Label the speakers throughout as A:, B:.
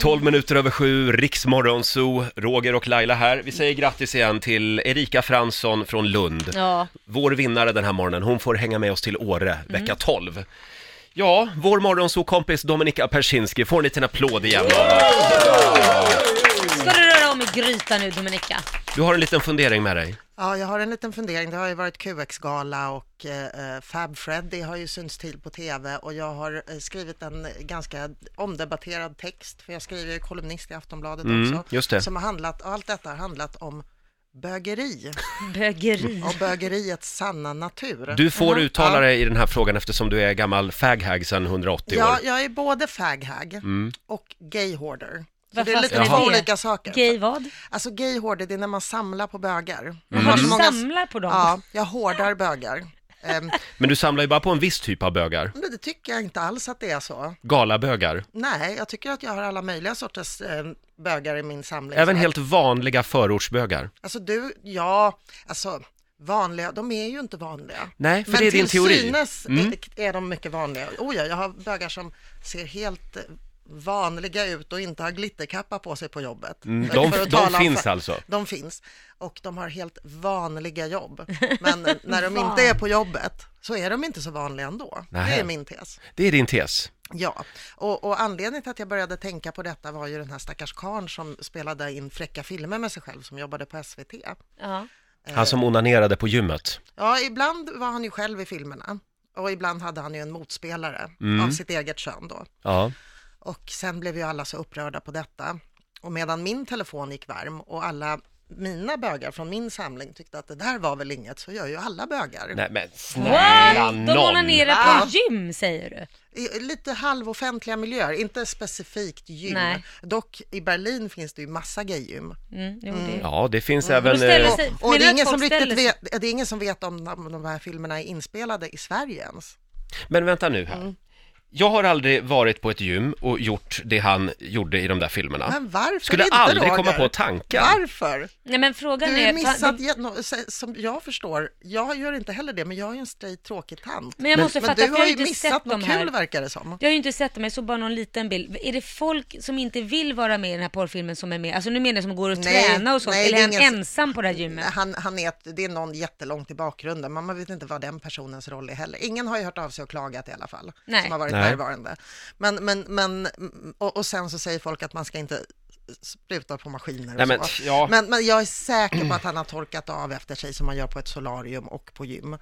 A: 12 minuter över sju, Riksmorgon Zoo, Roger och Laila här. Vi säger grattis igen till Erika Fransson från Lund.
B: Ja,
A: Vår vinnare den här morgonen, hon får hänga med oss till Åre
C: Mm.
A: vecka 12. Ja, vår morgonsokompis Dominika Persinski får en liten applåd igen av oss.
B: ska du röra om i grytan nu Dominika?
A: Du har en liten fundering med dig.
C: Ja, jag har en liten fundering. Det har ju varit QX-gala och eh, eh, Fab Freddy har ju synts till på TV och jag har eh, skrivit en ganska omdebatterad text, för jag skriver ju kolumnist i Aftonbladet
A: Mm,
C: också,
A: just det.
C: som har handlat, allt detta har handlat om bögeri
B: Bögeri.
C: och bögeriets sanna natur.
A: Du får
B: Jaha.
A: uttala
C: Mm. Ja.
A: dig i den här frågan eftersom du är gammal faghag sedan 180 år.
C: Ja, jag är både faghag
A: Mm.
C: och gayhoarder. Så
B: Vad
C: det är
B: fasen
C: lite
B: är
C: två
B: det?
C: olika saker.
B: Gay vad?
C: Alltså gayhoarder, det är när man samlar på bögar. Jag
B: Jaha,
C: har
B: du
C: så många-
B: samlar på dem?
C: Ja, jag hårdar bögar. Ehm,
A: Men du samlar ju bara på en viss typ av bögar.
C: men det tycker jag inte alls att det är så.
A: Galabögar.
C: Nej, jag tycker att jag har alla möjliga sorters eh, bögar i min samling.
A: Även
C: Så här.
A: helt vanliga förortsbögar.
C: Alltså du, ja, alltså vanliga, de är ju inte vanliga.
A: Nej, för
C: Men
A: det är din
C: till
A: teori.
C: synes
A: Mm.
C: är- är de mycket vanliga. Oh ja, jag har bögar som ser helt eh, vanliga ut och inte har glitterkappa på sig på jobbet.
A: Mm,
C: Eh,
A: de-
C: för att
A: de
C: tala om-
A: finns alltså?
C: De finns. Och de har helt vanliga jobb. Men eh, när de inte är på jobbet så är de inte så vanliga ändå. Det
A: Nähä.
C: är min tes.
A: Det är din tes.
C: Ja, och, och anledningen till att jag började tänka på detta var ju den här stackars karln som spelade in fräcka filmer med sig själv som jobbade på SVT.
B: Ja.
A: Han som onanerade på gymmet.
C: Ja, ibland var han ju själv i filmerna och ibland hade han ju en motspelare av sitt eget kön då.
A: Ja.
C: Och sen blev ju alla så upprörda på detta. Och medan min telefon gick varm och alla mina bögar från min samling tyckte att det där var väl inget, så gör ju alla bögar.
A: Nej men snälla
B: What? De
A: nån!
B: onanerar
C: Ah.
B: på gym säger du?
C: I lite halvoffentliga miljöer, inte specifikt gym.
B: Nej.
C: Dock i Berlin finns det ju massa gaygym.
B: Mm, jo, det.
A: Ja, det finns
C: Mm.
B: Då
A: även...
B: ställer
A: eh,
B: sig-
C: Och
B: menar
C: det
B: du
C: är,
B: att
C: ingen som
B: folk
C: riktigt
B: ställer sig-
C: vet, det är ingen som vet om de, om de här filmerna är inspelade i Sverige ens.
A: Men vänta nu här.
C: Mm.
A: Jag har aldrig varit på ett gym och gjort det han gjorde i de där filmerna.
C: Men varför
A: Skulle
C: inte,
A: aldrig
C: Roger?
A: komma på tanken.
C: Varför?
B: Nej men frågan
C: Du
B: är...
C: har missat, ge- nå- se- som jag förstår, jag gör inte heller det, men jag är ju en straight tråkig tant.
B: Men jag måste fatta,
C: du
B: för jag
C: har
B: har
C: ju
B: inte sett
C: missat något
B: de här.
C: kul verkar det som.
B: Jag har ju inte sett dem, jag såg bara någon liten bild. Är det folk som inte vill vara med i den här porrfilmen som är med? Alltså nu menar jag som går och
C: Nej,
B: tränar och sånt,
C: nej,
B: eller
C: det
B: är
C: är
B: han
C: ingen-
B: ensam på det här gymmet?
C: Han, han är, ett- det är någon jättelångt i bakgrunden, men man vet inte vad den personens roll är heller. Ingen har ju hört av sig och klagat i alla fall,
B: Nej.
C: som har varit
A: Nej.
C: närvarande. Men, men, men, mm, och, och sen så säger folk att man ska inte spruta på maskiner och
A: Nej, men,
C: så.
A: ja.
C: Men, men jag är säker på att han har torkat av efter sig som man gör på ett solarium och på gym.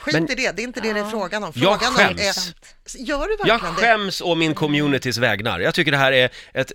C: Skit
A: Men-
C: i det, det är inte det det är frågan om.
A: Jag
C: Frågan om
A: skäms.
C: Är, gör du
A: Jag
C: verkligen det?
A: skäms å min communities vägnar. Jag tycker det här är ett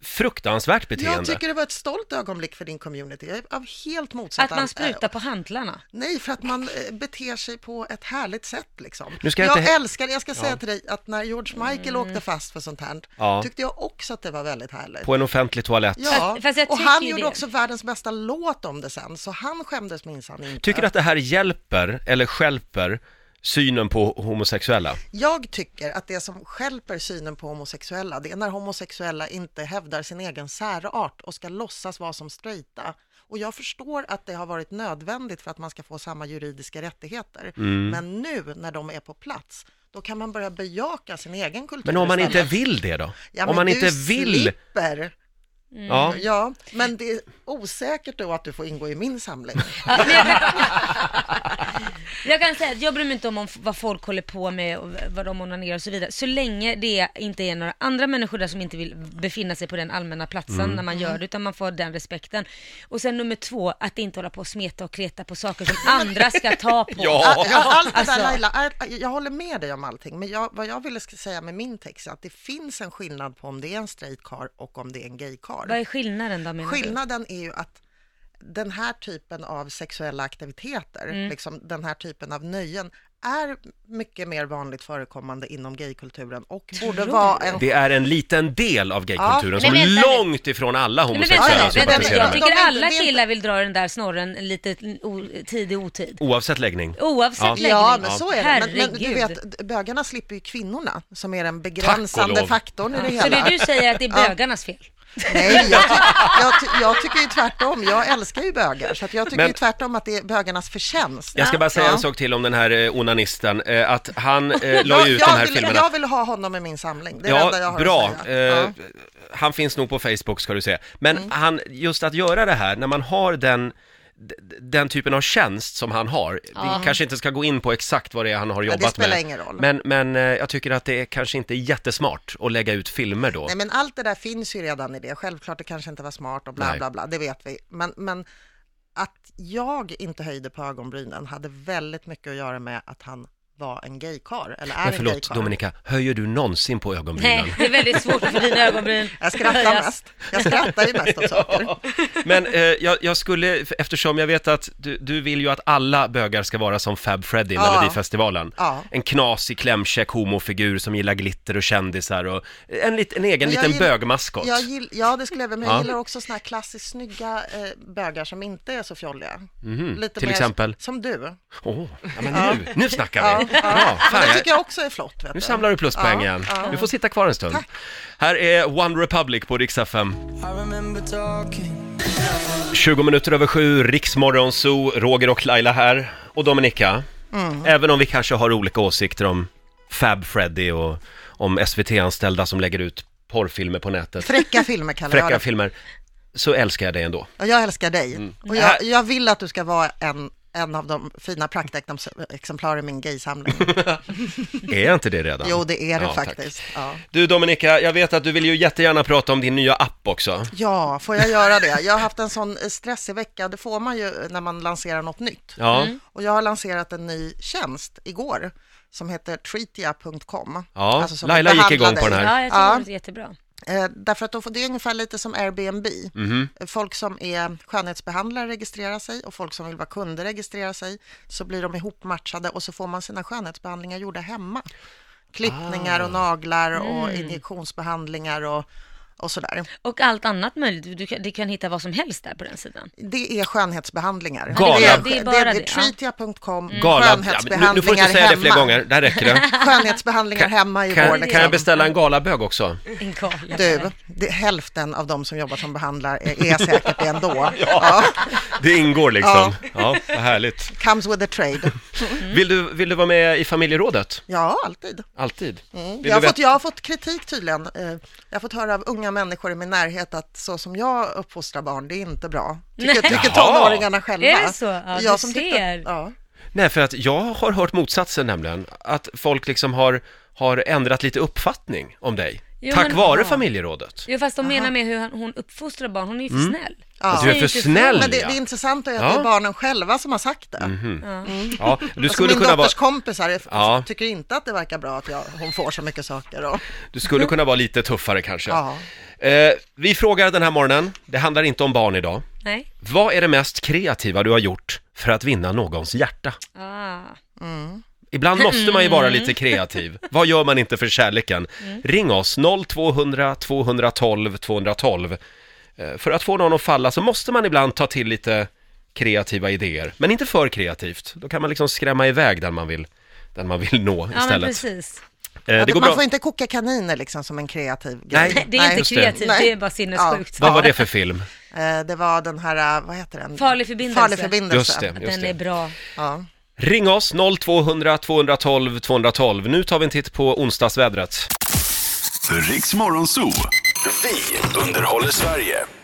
A: fruktansvärt
C: Jag
A: beteende.
C: tycker det var ett stolt ögonblick för din community. Jag är av helt motsatt
B: Att man sprutar på hantlarna?
C: Nej, för att man eh, beter sig på ett härligt sätt liksom.
A: Nu ska jag
C: jag
A: inte-
C: älskar, jag ska säga till dig att när George Michael
B: Mm.
C: åkte fast för sånt här,
A: Ja.
C: tyckte jag också att det var väldigt härligt.
A: På en offentlig toalett.
C: Ja,
B: Fast- fast jag
C: och
B: tycker
C: han
B: ju
C: gjorde
B: det.
C: också världens bästa låt om det sen, så han skämdes minsann inte.
A: Tycker du att det här hjälper, eller stjälper, synen på homosexuella?
C: Jag tycker att det som skälper synen på homosexuella, det är när homosexuella inte hävdar sin egen särart och ska låtsas vara som straighta. Och jag förstår att det har varit nödvändigt för att man ska få samma juridiska rättigheter.
A: Mm.
C: Men nu när de är på plats, då kan man börja bejaka sin egen kultur
A: Men om man inte
C: istället.
A: vill det då?
C: Ja,
A: om
C: men
A: man
C: du
A: inte vill...
C: Slipper. Mm.
A: Ja.
C: Ja, men det är osäkert då att du får ingå i min samling.
B: Ja, men jag, kan... jag kan säga att jag bryr mig inte om, om vad folk håller på med och vad de onanerar och så vidare. Så länge det inte är några andra människor där som inte vill befinna sig på den allmänna platsen
A: Mm.
B: när man gör det, utan man får den respekten. Och sen nummer två, att inte hålla på och smeta och kleta på saker som andra ska ta på.
A: Ja.
C: Ja, allt det
B: Alltså-
C: där Laila, allt- jag håller med dig om allting, men jag, vad jag ville sk- säga med min text är att det finns en skillnad på om det är en straight kar och om det är en gay
B: Vad
C: kar.
B: är skillnaden då menar du?
C: Skillnaden är ju att den här typen av sexuella aktiviteter,
B: Mm.
C: liksom den här typen av nöjen, är mycket mer vanligt förekommande inom gaykulturen och borde vara en
A: Det är en liten del av gaykulturen
B: Ja,
A: som
B: men
A: är
B: vänta nu.
A: långt ifrån alla
B: Nej, Men vänta,
A: homosexuella
B: nu,
C: Sexuella
B: vänta, nu.
A: sympatiserar med.
B: jag
C: De
B: tycker
C: är inte-
B: alla
C: det är inte-
B: killar vill dra i den där snorren lite o- tid i otid.
A: Oavsett läggning.
B: Oavsett läggning.
C: Ja, men så är det. Men, men du
B: Herregud.
C: vet, bögarna slipper ju kvinnorna, som är den
A: Tack och
C: begränsande
A: lov.
C: faktorn i det
B: Så
C: hela.
B: det du säger är att det är
C: Ja.
B: bögarnas fel?
C: Nej, jag, ty- jag, ty- jag tycker ju tvärtom. Jag älskar ju bögar, så att jag tycker
A: Men-
C: ju tvärtom att det är bögarnas förtjänst.
A: Jag ska bara säga
C: Ja.
A: en sak till om den här eh, onanisten, eh, att han eh, la
C: Jag,
A: ju ut
C: jag,
A: de här
C: vill,
A: filmerna.
C: jag vill ha honom i min samling. Det är det enda jag
A: Ja,
C: har
A: bra.
C: att
A: Eh,
C: säga. Ja. Mm.
A: Han finns nog på Facebook ska du se. Men han, just att göra det här, när man har den d- den typen av tjänst som han har. Vi kanske inte ska gå in på exakt vad det är han har
C: det
A: jobbat
C: spelar
A: med.
C: ingen roll.
A: Men, men eh, jag tycker att det är kanske inte jättesmart att lägga ut filmer då.
C: Nej, men allt det där finns ju redan i det. Självklart, det kanske inte var smart och bla,
A: Nej.
C: bla, bla. Det vet vi. Men, men att jag inte höjde på ögonbrynen hade väldigt mycket att göra med att han var en gaykar, eller är
A: Men
C: en
A: förlåt
C: gaykar.
A: Dominika, höjer du någonsin på ögonbrynen?
B: Nej, det är väldigt svårt för dina ögonbryn
C: Jag skrattar
B: att
C: mest. Jag skrattar ju mest åt saker.
A: Men eh, jag, jag skulle, eftersom jag vet att du, du vill ju att alla bögar ska vara som Fab Freddy i
C: Ja.
A: Melodifestivalen.
C: Ja.
A: En knasig, klämkäck homofigur som gillar glitter och kändisar och en, lit, en egen
C: Men jag
A: liten
C: gillar-
A: bögmaskot.
C: Jag gill, ja, det skulle jag väl, men
A: Ja.
C: jag gillar också såna här klassiskt snygga eh, bögar som inte är så fjolliga. Lite
A: Mhm, till
C: mer
A: exempel?
C: Som du.
A: Åh, ja, men nu, nu snackar vi!
C: Ja, ja.
A: Bra,
C: Men
A: fan,
C: det
A: jag,
C: tycker jag också är flott. Vet
A: nu
C: du.
A: samlar du pluspoäng
C: Ja,
A: igen. Du får sitta kvar en stund. Här är One Republic på Rix FM.
D: I remember talking.
A: 20 minuter över sju, Riksmorgon Zoo, Roger och Laila här. Och Dominika,
C: Mm.
A: även om vi kanske har olika åsikter om Fab Freddy och om SVT-anställda som lägger ut porrfilmer på nätet,
C: Fräcka filmer kallar jag
A: fräcka Mm.
C: det.
A: filmer, så älskar jag dig ändå.
C: Ja, jag älskar dig. Och jag, jag vill att du ska vara en, en av de fina praktexemplar i min gaysamling.
A: Är jag inte det redan?
C: Jo, det är det
A: Ja, tack.
C: faktiskt. Ja.
A: Du Dominika, jag vet att du vill ju jättegärna prata om din nya app också.
C: ja, får jag göra det? Jag har haft en sån eh, stressig vecka. Det får man ju när man lanserar något nytt.
A: Ja,
C: Och jag har lanserat en ny tjänst igår som heter treatia.com.
A: Ja,
C: Alltså som
A: Laila gick
C: behandlar
A: igång på
C: dig.
A: den här.
B: Ja, jag tycker
C: Ja.
B: det är jättebra.
C: Eh, därför att då får, det är ungefär lite som Airbnb.
A: Mhm.
C: Folk som är skönhetsbehandlare registrerar sig och folk som vill vara kunder registrerar sig. Så blir de ihopmatchade och så får man sina skönhetsbehandlingar gjorda hemma. Klippningar
A: Ah.
C: och naglar och
A: Mm.
C: injektionsbehandlingar och, och sådär.
B: Och allt annat möjligt, du, kan, du kan hitta vad som helst där på den sidan.
C: Det är skönhetsbehandlingar.
A: Gala-
C: Det är,
B: Det
C: det
B: är
C: är,
B: bara det, ja.
C: treatia.com,
A: gala, ja, men nu,
C: skönhetsbehandlingar
A: nu får du inte säga det fler
C: hemma.
A: gånger, där räcker det.
C: Skönhetsbehandlingar hemma i vår
A: Kan, kan
C: liksom.
A: jag beställa en galabög också?
B: En galen.
C: Du, det, hälften av de som jobbar som behandlare är, är säkert det ändå. Ja.
A: Det ingår liksom. Ja, vad härligt.
C: Comes with a trade. Mm.
A: Vill du, vill du vara med i familjerådet?
C: Ja, alltid.
A: Alltid. Vill
C: Mm. Jag har,
A: du
C: fått,
A: veta-
C: jag har fått kritik tydligen. Eh, Jag har fått höra av unga människor i min närhet att så som jag uppfostrar barn, det är inte bra. Tycker, tycker
A: Jaha.
C: tonåringarna själva.
B: Är det så? Ja,
C: jag
B: du
C: som
B: ser.
C: Tyckte, ja.
A: Nej, för att jag har hört motsatsen nämligen. Att folk liksom har, har ändrat lite uppfattning om dig.
B: Jo,
A: tack
B: men-
A: vare
B: Ja.
A: familjerådet.
B: Jo, fast de menar med hur hon- hon uppfostrar barn, hon är ju för
A: Mm.
B: snäll.
C: Ja.
A: Att du är för
B: Säger inte så.
A: snäll.
C: Men det,
A: ja.
C: det intressanta är att
A: Ja.
C: det är barnen själva som har sagt det.
A: Ja, du
C: Alltså,
A: skulle
C: min
A: kunna vara...
C: dotters kompisar är,
A: Ja.
C: tycker inte att det verkar bra att jag, hon får så mycket saker. Och,
A: Du skulle kunna vara lite tuffare kanske.
C: ja.
A: Eh, vi frågar den här morgonen, det handlar inte om barn idag.
B: Nej.
A: Vad är det mest kreativa du har gjort för att vinna någons hjärta?
B: Ah.
A: Ibland måste man ju vara lite kreativ. Vad gör man inte för kärleken? Ring oss, 0200 212 212. Eh, För att få någon att falla så måste man ibland ta till lite kreativa idéer, men inte för kreativt. Då kan man liksom skrämma iväg den man vill, den man vill nå
B: Ja, men
A: istället.
B: precis.
A: Eh,
C: Ja,
A: det går
C: man
A: bra.
C: får inte koka kaniner liksom som en kreativ
A: Nej.
C: grej.
B: Det är
A: just
B: inte
A: det.
B: kreativt,
C: Nej.
B: det är bara sinnessjukt.
A: Vad var det för film?
C: Eh, Det var den här, eh, vad heter den?
B: Farlig förbindelse.
C: Farlig förbindelse.
A: Just det, just
B: Den är
A: det.
B: bra.
C: Ja.
A: Ring oss, 0200 212 212. Nu tar vi en titt på onsdagsvädret.
E: Riks Morgonzoo. Vi underhåller Sverige.